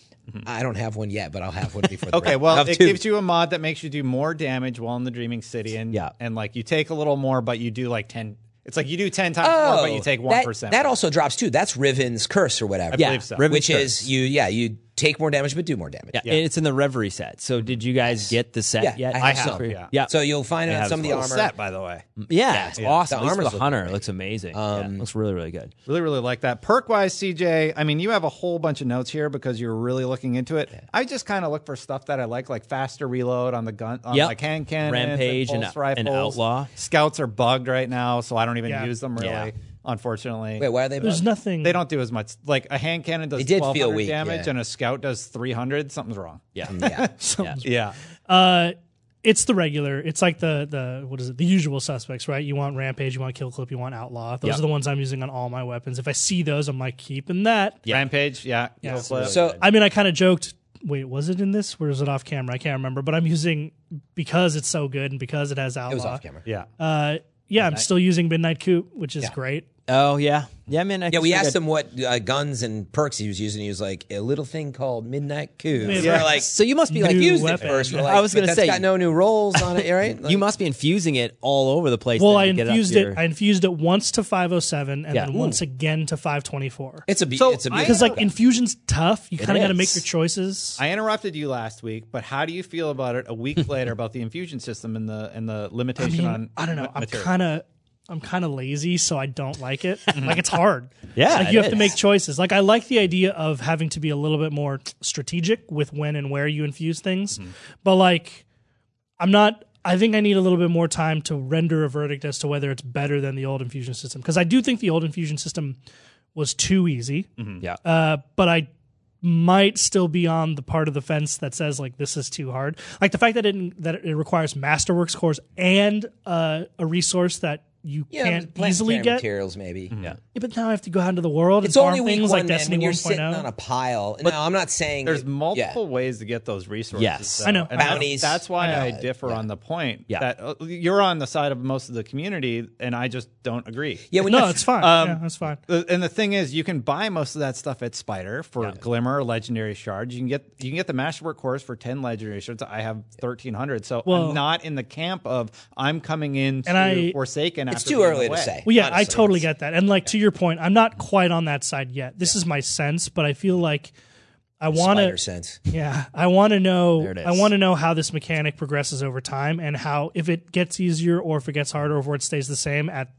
I don't have one yet, but I'll have one before. The Okay, break. I'll well, have it two. gives you a mod that makes you do more damage while in the dreaming city, and Yeah. and like you take a little more, but you do like ten. It's like you do ten times more, but you take Oh, that- one percent. That, also drops too. That's Riven's curse or whatever. Yeah, believe so. Riven's which is you. Yeah, you take more damage but do more damage. Yeah, and it's in the Reverie set. So did you guys get the set Yeah, yet? I have some. Yeah. So you'll find out have some of the full armor. set, by the way. yeah, it's awesome. The The, armor's the looking Um, hunter looks amazing. yeah, looks really really good. Really, really like that. Perk wise, CJ, I mean, you have a whole bunch of notes here because you're really looking into it. I just kind of look for stuff that I like, like faster reload on the gun, on Yep. like hand cannons, Rampage and and- pulse and rifles. Outlaw. Scouts are bugged right now, so I don't even Yeah. use them really, Yeah. unfortunately. Wait, why are they? There's nothing. They don't do as much. Like a hand cannon does It did feel 1200 weak, damage, yeah. and a scout does 300. Something's wrong. Yeah, Yeah. Yeah. Uh, it's the regular. It's like the the what is it? The usual suspects, right? You want rampage, you want kill clip, you want outlaw. Those Yep. are the ones I'm using on all my weapons. If I see those, I'm like keeping that. Rampage. Yeah. Kill flip. So I mean, I kind of joked. Wait, was it in this? Where is it off camera? I can't remember. But I'm using because it's so good and because it has outlaw. it was off camera. yeah. Uh, yeah, I'm still using midnight coop, which is great. Oh yeah, yeah, man. I Yeah, guess we I asked got- him what uh, guns and perks he was using. He was like a little thing called Midnight Coup. Midnight We're like, So you must be like New used weapon. it first, we're I like, was but gonna that's say- got no new rolls on it, right? Like, You must be infusing it all over the place. Well, then I to get up infused to it. your- I infused it once to 507 and Yeah. then Ooh. once again to 524. It's a be- So it's a I- Because like infusion's tough. You kind of got to is. make your choices. I interrupted you last week, but how do you feel about it a week later about the infusion system and the and the I limitation mean, on I don't know. ma- I'm material? kind of, I'm kind of lazy, so I don't like it. like it's hard. Yeah, like you it have to is. make choices. Like I like the idea of having to be a little bit more strategic with when and where you infuse things, but like, I'm not. I think I need a little bit more time to render a verdict as to whether it's better than the old infusion system because I do think the old infusion system was too easy. yeah. Uh, but I might still be on the part of the fence that says like this is too hard. Like the fact that it that it requires Masterworks cores and uh, a resource that you Yeah, can't plant easily carrying get. materials maybe. Mm-hmm. Yeah. Yeah, but now I have to go out into the world It's and farm only week things one, oh. like man, Destiny oh. when you're 1.0. sitting on a pile. no, I'm not saying There's it- multiple yeah. ways to get those resources. Yes. though. I know. And that's- Bounties. That's, why I I, know. differ on the point. Yeah. that uh, you're on the side of most of the community, and I just don't agree. Yeah, when No, you- it's fine. Um, yeah, that's fine. The- and the thing is, you can buy most of that stuff at Spider for Glimmer, Legendary Shards. You can get you can get the Masterwork Course for ten Legendary Shards. I have thirteen hundred, so Well- I'm not in the camp of I'm coming in to And I- Forsaken. It's after too being early to away. say. Well, yeah, I honestly. totally get that. And like to your point, I'm not quite on that side yet. This is my sense, but I feel like I want Spider to. sense. Yeah, I want to know. it is. I want to know how this mechanic progresses over time and how if it gets easier or if it gets harder or if it stays the same at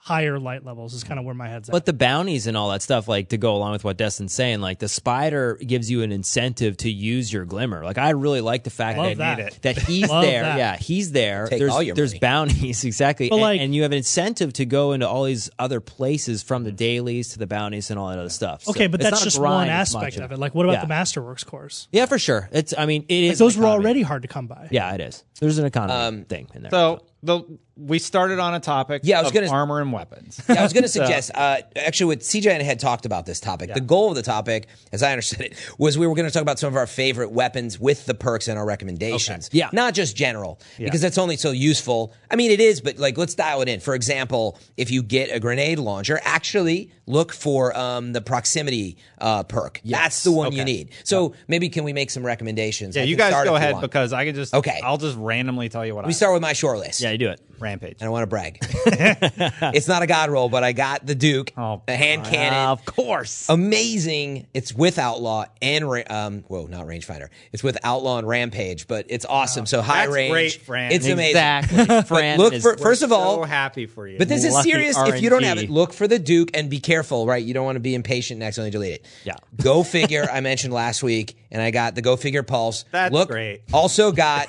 higher light levels is kind of where my head's at. But the bounties and all that stuff, like to go along with what Destin's saying, like the spider gives you an incentive to use your glimmer. Like I really like the fact Love that, that. that he's Love there. that. Yeah, he's there. Take there's all your there's money. bounties exactly, and, like- and you have an incentive to go into all these other places from the dailies to the bounties and all that other stuff. So okay, but it's not that's a just grind one as aspect much. of it. Like, what about Yeah. the Masterworks course? Yeah, for sure. It's I mean it is. Those an were economy. already hard to come by. Yeah, it is. There's an economy Um, thing in there. So the we started on a topic. Yeah, I was of gonna- armor and weapons. Yeah, I was going to suggest, uh, actually, what CJ and I had talked about this topic. The goal of the topic, as I understood it, was we were going to talk about some of our favorite weapons with the perks and our recommendations. Yeah. Not just general, because that's only so useful. I mean, it is, but like, let's dial it in. For example, if you get a grenade launcher, actually look for um, the proximity uh, perk. That's the one you need. So maybe can we make some recommendations? yeah, I you can guys start go if you ahead want. because I can just Okay. I'll just randomly tell you what I we start with my short list. yeah, you do it. rampage. I don't want to brag. it's not a god roll, but I got the Duke, Oh, the hand cannon, of course. Uh, amazing. It's with Outlaw and ra- um, whoa, not Rangefinder. It's with Outlaw and Rampage, but it's awesome. so high that's range, great, Fran. It's amazing. Exactly. Fran But look is- for first of all, so happy for you. but this is Lucky serious. If you don't have RNG. it, look for the Duke and be careful. Right, you don't want to be impatient and accidentally delete it. Yeah. Go figure. I mentioned last week, and I got the Go Figure Pulse. That's look, great. Also got.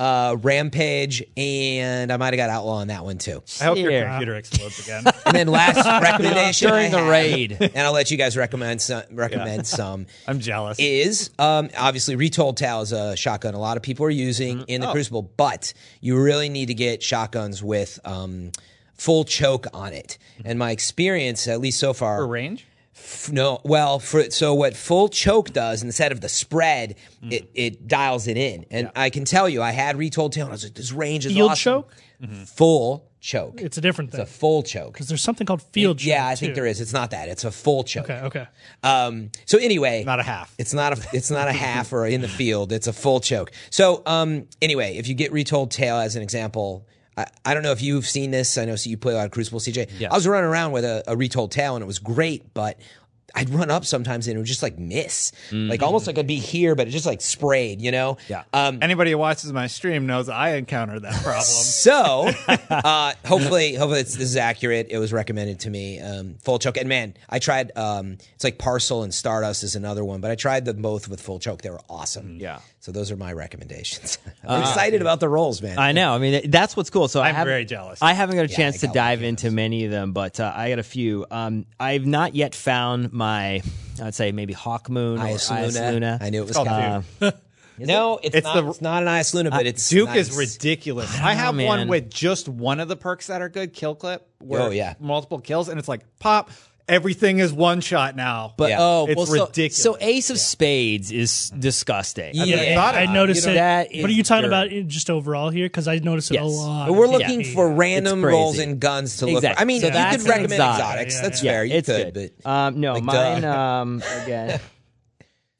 Uh, Rampage, and I might have got Outlaw on that one too. I hope your Yeah. computer explodes again. And then last recommendation During I the have, raid. and I'll let you guys recommend some. Recommend some I'm jealous. is um, obviously retold Tal is a shotgun. A lot of people are using Mm-hmm. in Oh. the Crucible, but you really need to get shotguns with um, full choke on it. Mm-hmm. And my experience, at least so far, range. f- no, well, for, so what full choke does instead of the spread, Mm. it, it dials it in. And I can tell you, I had retold Tal, and I was like, this range is Field awesome. choke? Mm-hmm. full choke. It's It's a different a thing. full choke. Because there's something called field choke. Yeah, I think too. there is. It's not that. It's a full choke. Okay, okay. Um, so anyway, Not a half. It's not a it's not a half or in the field. It's a full choke. So um, anyway, if you get retold tale as an example, I, I don't know if you've seen this. I know so you play a lot of Crucible, CJ. I was running around with a, a retold tale and it was great, but. I'd run up sometimes and it would just like miss, like almost like I'd be here, but it just like sprayed, you know. Yeah. Um, Anybody who watches my stream knows I encountered that problem. so uh, hopefully, hopefully it's, this is accurate. It was recommended to me. Um, full choke and man, I tried. Um, it's like Parcel and Stardust is another one, but I tried them both with full choke. They were Mm. awesome. Yeah. So those are my recommendations. I'm Ah. excited about the rolls, man. I know. I mean, it- that's what's cool. So I'm very jealous. I haven't got a I chance to got dive into many of them, but uh, I got a few. Um, I've not yet found my, I'd say maybe Hawk Moon or Ice Ice Luna. I knew it was called coming. no, it's, It's not. the- it's not an Ice Luna, but it's Duke nice. is ridiculous. I, have know, one man. with just one of the perks that are good, kill clip, where Oh, yeah. multiple kills, and it's like pop, everything is one shot now. But Yeah. oh, It's well, so- ridiculous. So, Ace of Spades is disgusting. Yeah, I thought I about it. noticed You know, it. that is but are you talking dirt. about it just overall here? Because I noticed it a Yes. lot. But we're on looking PvP. for random crazy. rolls and guns to look. For. Exactly. I mean, So you that's could recommend exotic. exotics. Yeah, That's yeah, fair. You it's could, good. but um, no, like, mine. duh. Um, again.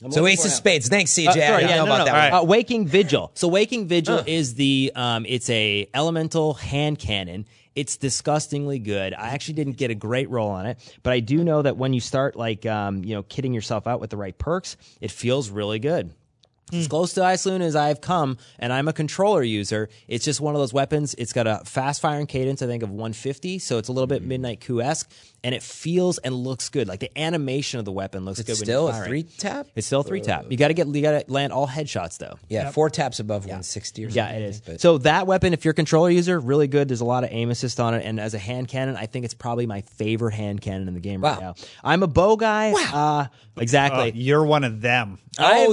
I'm so looking Ace for of it. Spades. Thanks, CJ. Uh, I sorry, don't yeah, know no, about no. that. All one. right. Uh, Waking Vigil. So Waking Vigil is the um, it's a elemental hand cannon. It's disgustingly good. I actually didn't get a great roll on it, but I do know that when you start like um, you know kidding yourself out with the right perks, it feels really good. As Hmm. close to Ice Loon as I've come, and I'm a controller user. It's Hmm. just one of those weapons. It's got a fast firing cadence, I think, of 150, so it's a little bit Midnight Coup esque. and it feels and looks good. Like the animation of the weapon looks good. It's when still you're a firing. three tap. It's still a three tap. You got to get you got to land all headshots though. Yeah, four taps above 160 or something. Yeah, it I is. think, but- So that weapon, if you're a controller user, really good. There's a lot of aim assist on it, and as a hand cannon, I think it's probably my favorite hand cannon in the game right Wow. now. I'm a bow guy. Uh, exactly. You're one of them. oh,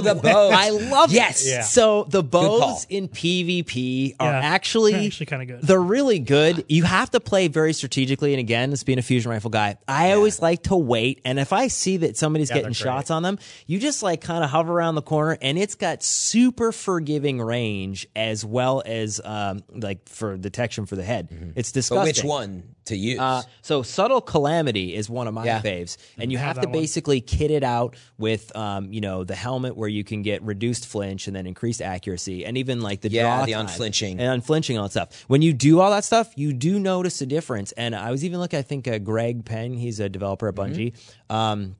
the bow. I love it. Yes. So the call. bows in PvP are Yeah, actually they're actually kinda good. They're really good. You have to play very strategically. And again, as being a fusion rifle guy, I always like to wait. And if I see that somebody's getting shots on them, you just like kind of hover around the corner, and it's got super forgiving range as well as um, like for detection for the head. It's disgusting. But which one to use? Uh, so subtle calamity is one of my Yeah. faves, and you have to basically kit it out with, um, you know, the helmet where you can get reduced flinch and then increased accuracy, and even like the Yeah, draw the time unflinching. and unflinching and all that stuff. When you do all that stuff, you do notice a difference. And I was even looking, I think uh, Greg Penn, he's a developer at Bungie. Um,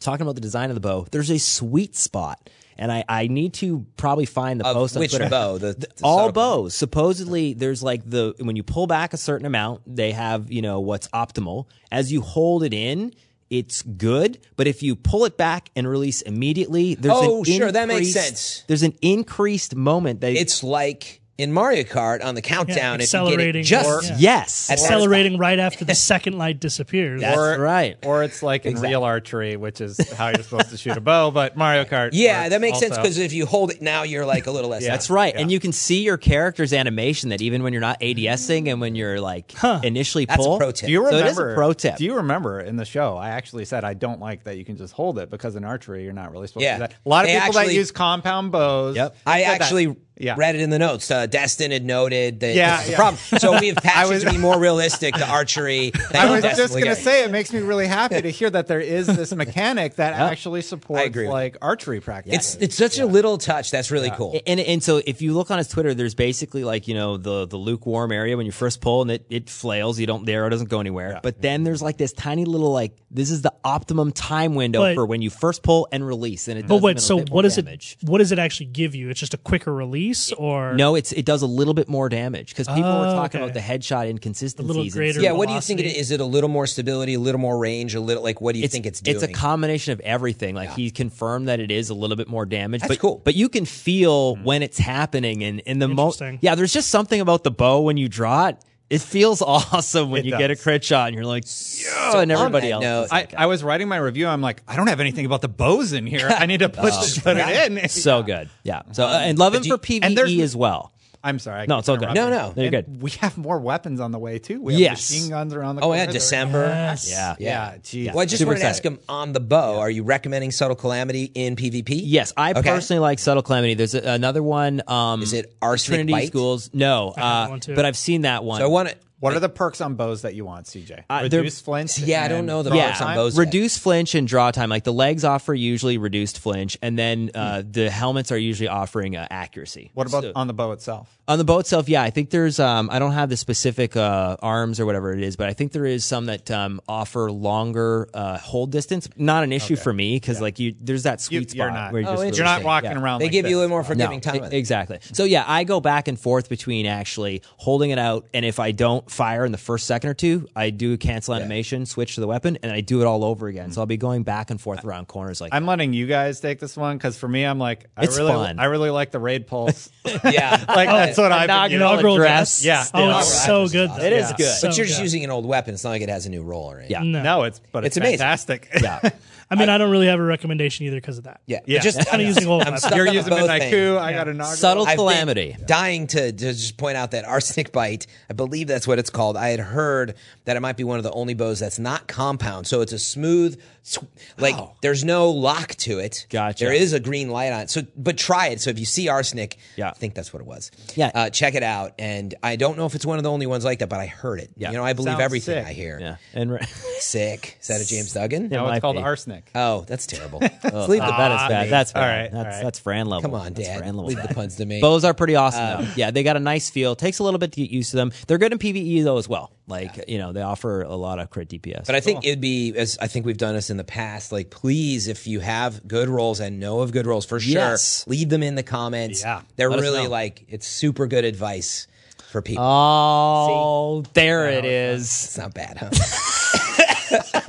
Talking about the design of the bow, there's a sweet spot, and I, I need to probably find the Of post on which Twitter. bow? The- the all bows subtle bows. Supposedly, there's like the when you pull back a certain amount, they have you know what's optimal. As you hold it in, it's good. But if you pull it back and release immediately, there's Oh, an sure, that makes increased- sense. There's an increased moment that it's like in Mario Kart on the countdown. if you get accelerating it just or- yes, That's- accelerating right after the second light disappears. that's right. Or it's like in real archery, which is how you're supposed to shoot a bow, but Mario Kart. Yeah, works that makes sense also. because if you hold it now, you're like a little less. That's right. And you can see your character's animation that even when you're not ADSing and when you're like initially That's a pull. pro tip. Do you So it remember? is a pro tip. Do you remember in the show? I actually said I don't like that you can just hold it because in archery you're not really supposed Yeah. to. do that. A lot of They people that actually- use compound bows. Yep. I said that. actually Yeah. read it in the notes. Uh, Destin had noted that Yeah, this is yeah. a problem. So we have patched was- it to be more realistic to archery. Thank I you, was Destin just gonna Legay. say it makes me really happy to hear that there is this mechanic that actually supports agree with like archery practice. It's, it's such a little touch. That's really cool. And and so if you look on his Twitter, there's basically like you know the the lukewarm area when you first pull and it, it flails. You don't the arrow doesn't go anywhere. But then there's like this tiny little like this is the optimum time window But- for when you first pull and release. And it But does wait, so what does damage. it? What does it actually give you? It's just a quicker release, or No, it's it does a little bit more damage because people were Oh, talking okay. about the headshot inconsistencies. and greater stuff. yeah, what do you think it is? velocity. Is it a little more stability, a little more range, a little like what do you think it's doing? a combination of everything. Like he confirmed that it is a little bit more damage. That's but, cool. Hmm. But you can feel when it's happening and in the most. Interesting. Yeah, there's just something about the bow when you draw it. It feels awesome when It you get a does. crit shot and you're like, yeah, and everybody on else. that is- note, I, I was writing my review. I'm like, I don't have anything about the bows in here. I need to put, Oh, put it in. so good. Yeah. Um, So uh, and love him for there's- PVE as well. I'm sorry. I No, keep it's all good. interrupting. No, no. No, you're And good. We have more weapons on the way too. We have Yes. machine guns around the oh corner. yeah, They're- December. Yeah. Yeah, geez. Well, I just Super wanted to ask excited. him on the bow. Are you recommending subtle calamity in PvP? Yes, I Okay. personally like Subtle Calamity. There's a, another one. Um, Is it Arsenic Trinity Bite? Schools? No, have uh, one too. but I've seen that one. So I want to. What are the perks on bows that you want, CJ? Uh, they're- Reduce flinch. Yeah, I don't and know the draw perks on time? bows. reduce flinch and draw time. Like the legs offer usually reduced flinch, and then uh, the helmets are usually offering uh, accuracy. Hmm. What about on the bow itself? On the bow itself, yeah, I think there's. Um, I don't have the specific uh, arms or whatever it is, but I think there is some that um, offer longer uh, hold distance. Not an issue for me because like you, there's that sweet You, spot you're not. where you just you're Oh, not really- walking yeah. around. They like give you a this. little more forgiving No, time. e- on it. exactly. So yeah, I go back and forth between actually holding it out, and if I don't fire in the first second or two, I do a cancel animation, switch to the weapon, and I do it all over Mm-hmm. again. So I'll be going back and forth around corners like. I'm letting you guys take this one because for me, I'm like, I It's really, fun. I really like the raid pulse. like Yeah. that's Oh, what I've been inaugural using. inaugural dress. dress? Yeah. Oh, Yeah. it's so Alright. good. It is good. So But you're just good. using an old weapon. It's not like it has a new roll or anything. Yeah. No. No, it's but It's it's, amazing. fantastic. Yeah. I mean, I don't really have a recommendation either because of that. Yeah. Yeah. But Just Kinda using old I'm weapons. stuck You're on the using bow Midnight thing. Coup. I got inaugural. Subtle I've been calamity. Dying to, to just point out that arsenic bite, I believe that's what it's called. I had heard that it might be one of the only bows that's not compound. So it's a smooth, sw- like there's no lock to it. Gotcha. There is a green light on it. So, but try it. So if you see arsenic, Yeah. I think that's what it was. Yeah. Uh, check it out. And I don't know if it's one of the only ones like that, but I heard it. Yeah. You know, I believe Sounds everything sick. I hear. Yeah. And re- Sick. Is that a James Duggan? Yeah. No, Might it's called be. arsenic. Oh, that's terrible. Let's leave the that is bad. That's bad. All right, all That's right. that's Fran level. Come on, That's Dad. Fran level Leave the Uh, bad. puns to me. Bows are pretty awesome. though. Yeah, they got a nice feel. Takes a little bit to get used to them. They're good in PVE though as well. Like you know, they offer a lot of crit DPS. But I think it'd be as I think we've done this in the past. Like, please, if you have good rolls and know of good rolls for sure, Yes. leave them in the comments. Yeah. they're Let us really know. like it's super good advice for people. oh, there it is. it's not bad, huh?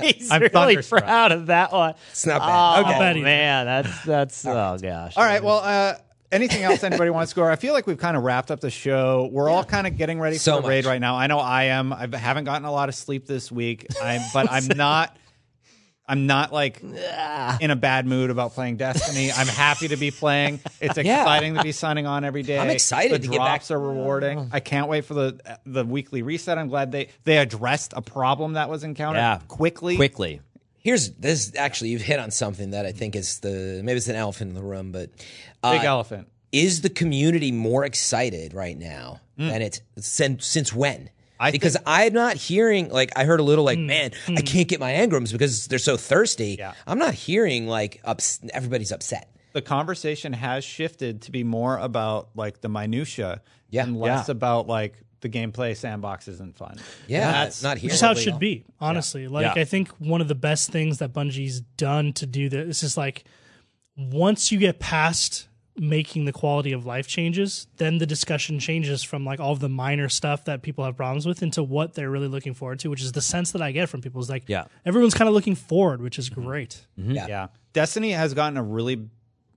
He's I'm really thunderstruck. proud of that one. It's not Oh, bad. Okay. bad either. man, that's that's oh gosh. All right. Well, uh, anything else anybody wants to go? over? I feel like we've kind of wrapped up the show. We're all kind of getting ready for So the raid much. right now. I know I am. I haven't gotten a lot of sleep this week. I'm, but I'm not. I'm not like in a bad mood about playing Destiny. I'm happy to be playing. It's exciting to be signing on every day. I'm excited The to get back- Oh. drops are rewarding. I can't wait for the the weekly reset. I'm glad they they addressed a problem that was encountered Yeah. quickly. quickly. Here's this. Actually, you've hit on something that I think is the maybe it's an elephant in the room, but uh, big elephant. is the community more excited right now than it's since, since when? Mm. I Mm. because I'm not hearing like I heard a little like man I can't get my Engrams because they're so thirsty. I'm not hearing like ups, everybody's upset. the conversation has shifted to be more about like the minutia Yeah. and less about like the gameplay sandbox isn't fun. Yeah, not hearing. Just how it should be, honestly. Like Yeah. I think one of the best things that Bungie's done to do this is like once you get past making the quality of life changes, then the discussion changes from like all of the minor stuff that people have problems with into what they're really looking forward to, which is the sense that I get from people is like Yeah. everyone's kind of looking forward, which is great. Yeah. Destiny has gotten a really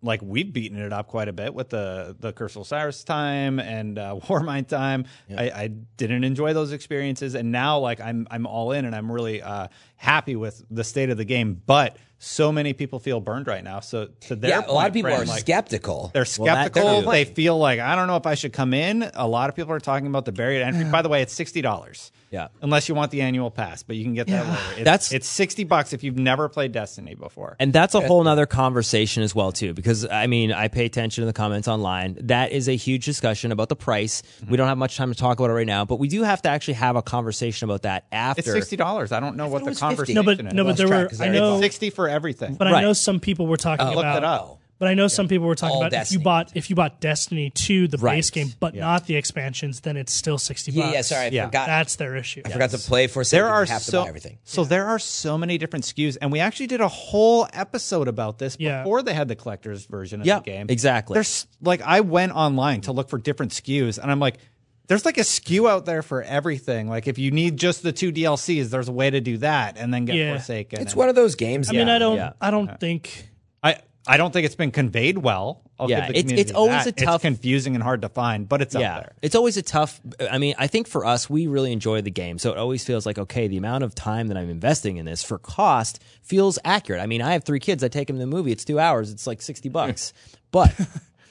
like we've beaten it up quite a bit with the the Curse of Osiris time and uh, Warmind time. I, I didn't enjoy those experiences, and now like I'm I'm all in, and I'm really uh, happy with the state of the game. But so many people feel burned right now. So to their Yeah, a lot point, of people Fran, are like, skeptical. They're that skeptical. too. they feel like I don't know if I should come in. A lot of people are talking about the barrier to entry. By the way, it's sixty dollars. Yeah. Unless you want the annual pass, but you can get that later. It's, That's- it's sixty bucks if you've never played Destiny before. And that's a whole nother conversation as well, too, because I mean, I pay attention to the comments online. That is a huge discussion about the price. Mm-hmm. We don't have much time to talk about it right now, but we do have to actually have a conversation about that after. it's sixty dollars. I don't know what the was 50. conversation No, but is. no, but lost there track were 'cause I I know it's sixty for everything. But I Right. know some people were talking Look about that up. But I know some people were talking All about if Destiny. you bought if you bought Destiny 2, the Right. base game, but not the expansions, then it's still sixty yeah, bucks. yeah. Sorry, I Yeah. forgot. that's their issue. I forgot to play for a second. There are you have so to buy everything. so there are so many different SKUs, and we actually did a whole episode about this Yeah. before they had the collector's version of Yeah, the game. exactly. There's like I went online to look for different SKUs, and I'm like, there's like a SKU out there for everything. Like if you need just the two DLCs, there's a way to do that, and then get Yeah. forsaken. It's one of those games. I mean, I don't yeah. I don't think I I don't think it's been conveyed well. I'll Yeah, give the it's- community it's always that. a tough- it's confusing and hard to find, but it's out there. It's always a tough. I mean, I think for us, we really enjoy the game. So it always feels like, okay, the amount of time that I'm investing in this for cost feels accurate. I mean, I have three kids. I take them to the movie. It's two hours. It's like 60 bucks. but.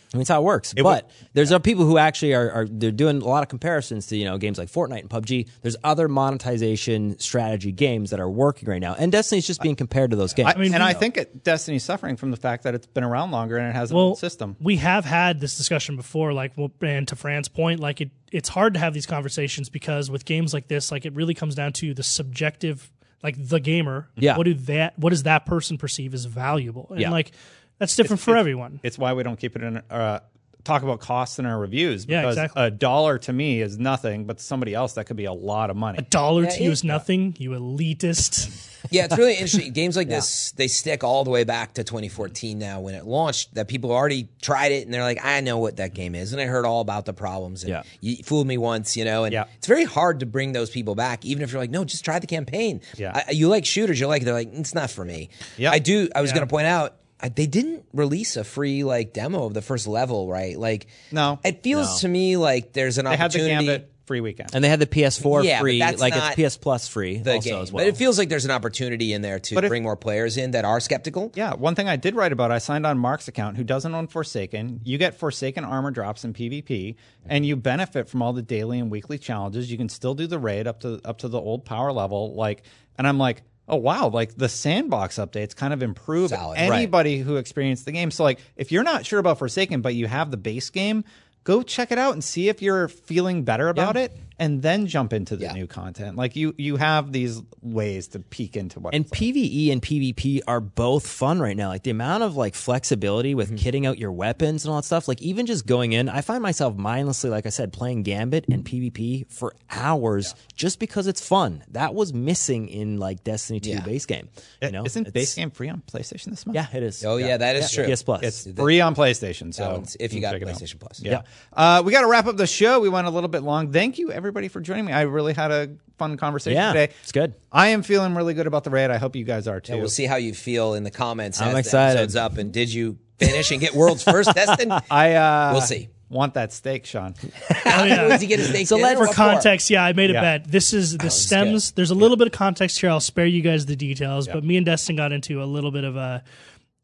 I mean, that's how it works. but there's other people who actually are, are they're doing a lot of comparisons to you know games like Fortnite and PUBG. There's other monetization strategy games that are working right now, and Destiny's just being compared to those games. I and I think it, Destiny's suffering from the fact that it's been around longer and it has an well old system. We have had this discussion before, like well, and to Fran's point, like it it's hard to have these conversations because with games like this, like it really comes down to the subjective, like the gamer. Yeah. What do that? What does that person perceive as valuable? And Yeah. like that's different for everyone. It's why we don't keep it in uh, talk about costs in our reviews Yeah, because exactly. a dollar to me is nothing, but to somebody else that could be a lot of money. Dollar to you is nothing. You elitist. yeah, it's really interesting. Games like this, they stick all the way back to 2014 now when it launched, that people already tried it and they're like, I know what that game is. And I heard all about the problems. And Yeah. you fooled me once, you know? And Yeah. it's very hard to bring those people back, even if you're like, no, just try the campaign. Yeah. I, you like shooters, you're like, they're like, it's not for me. Yeah. I do, I was going to point out, I, they didn't release a free like demo of the first level, right? Like, No. It feels to me like there's an I had the opportunity. Gambit free weekend. and they had the PS4 Yeah, but free, that's like not it's PS Plus free the also game. as well. But it feels like there's an opportunity in there to if- bring more players in that are skeptical. yeah, one thing I did write about, I signed on Mark's account, who doesn't own Forsaken. You get Forsaken armor drops in PvP, and you benefit from all the daily and weekly challenges. You can still do the raid up to up to the old power level. Like, and I'm like, oh wow, like the sandbox updates kind of improved Solid, right. anybody who experienced the game. So like, if you're not sure about Forsaken, but you have the base game. Go check it out and see if you're feeling better about it, and then jump into the new content. Like you, you have these ways to peek into what. and PVE and PvP are both fun right now. Like the amount of like flexibility with kitting out your weapons and all that stuff. Like even just going in, I find myself mindlessly, like I said, playing Gambit and PvP for hours just because it's fun. That was missing in like Destiny Two base game. You know, Isn't It's- base game free on PlayStation this month? Yeah, it is. Oh yeah, that is true. Yes, plus. It's free on PlayStation. So If you got check it out. PlayStation Plus, Yeah. Uh, we got to wrap up the show. We went a little bit long. Thank you, everybody for joining me. I really had a fun conversation Yeah, today. it's good. I am feeling really good about the raid. I hope you guys are too. And we'll see how you feel in the comments. I'm as the excited. episode's up, and did you finish and get world's first, Destin? I uh, We'll see. Want that steak, Sean? Oh, How many did you get a steak So dinner? let- For What context, yeah, I made a Yeah. bet. This is the stems. There's a little bit of context here. I'll spare you guys the details, but me and Destin got into a little bit of a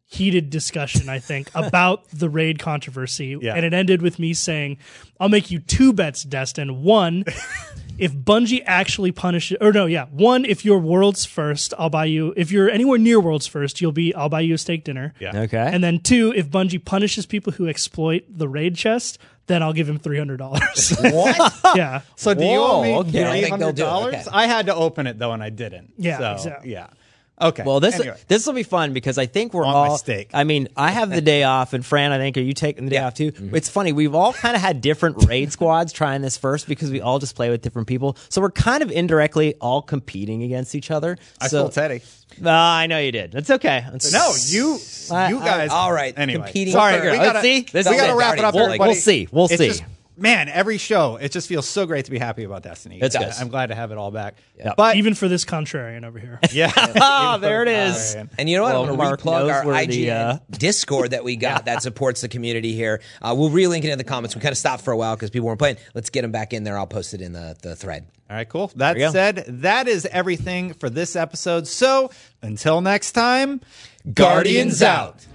heated discussion, I think, about the raid controversy. Yeah. And it ended with me saying, I'll make you two bets, Destin. One, if Bungie actually punishes or no, yeah. One, if you're world's first, I'll buy you if you're anywhere near world's first, you'll be I'll buy you a steak dinner. Yeah. Okay. And then two, if Bungie punishes people who exploit the raid chest, then I'll give him three hundred dollars. What? yeah. So do you Whoa, owe me okay. I three think they'll hundred do it. dollars? Okay. I had to open it though, and I didn't. Yeah, So, exactly. yeah. Okay. Well, this Anyway. this will be fun because I think we're Want my all. steak. I mean, I have the day off, and Fran, I think, are you taking the day off too? Mm-hmm. It's funny. We've all kind of had different raid squads trying this first because we all just play with different people, so we're kind of indirectly all competing against each other. I so, sold Teddy. Uh, I know you did. That's okay. That's- No, you, I- you guys. all right, Anyway, competing sorry. figure We out. gotta, Let's see. This we is gotta it. wrap it up. We'll- everybody. we'll see. We'll It's see. just- man, every show, it just feels so great to be happy about Destiny. It's Yeah, good. I'm glad to have it all back. Yeah. But even for this contrarian over here. yeah, Ah, there it is. Contrarian. And you know what? Well, I'm going Mark to replug knows our where IGN the, uh, Discord that we got that supports the community here. Uh, we'll relink it in the comments. We kind of stopped for a while because people weren't playing. Let's get them back in there. I'll post it in the, the thread. All right, cool. That we go. said, that is everything for this episode. So until next time, Guardians out.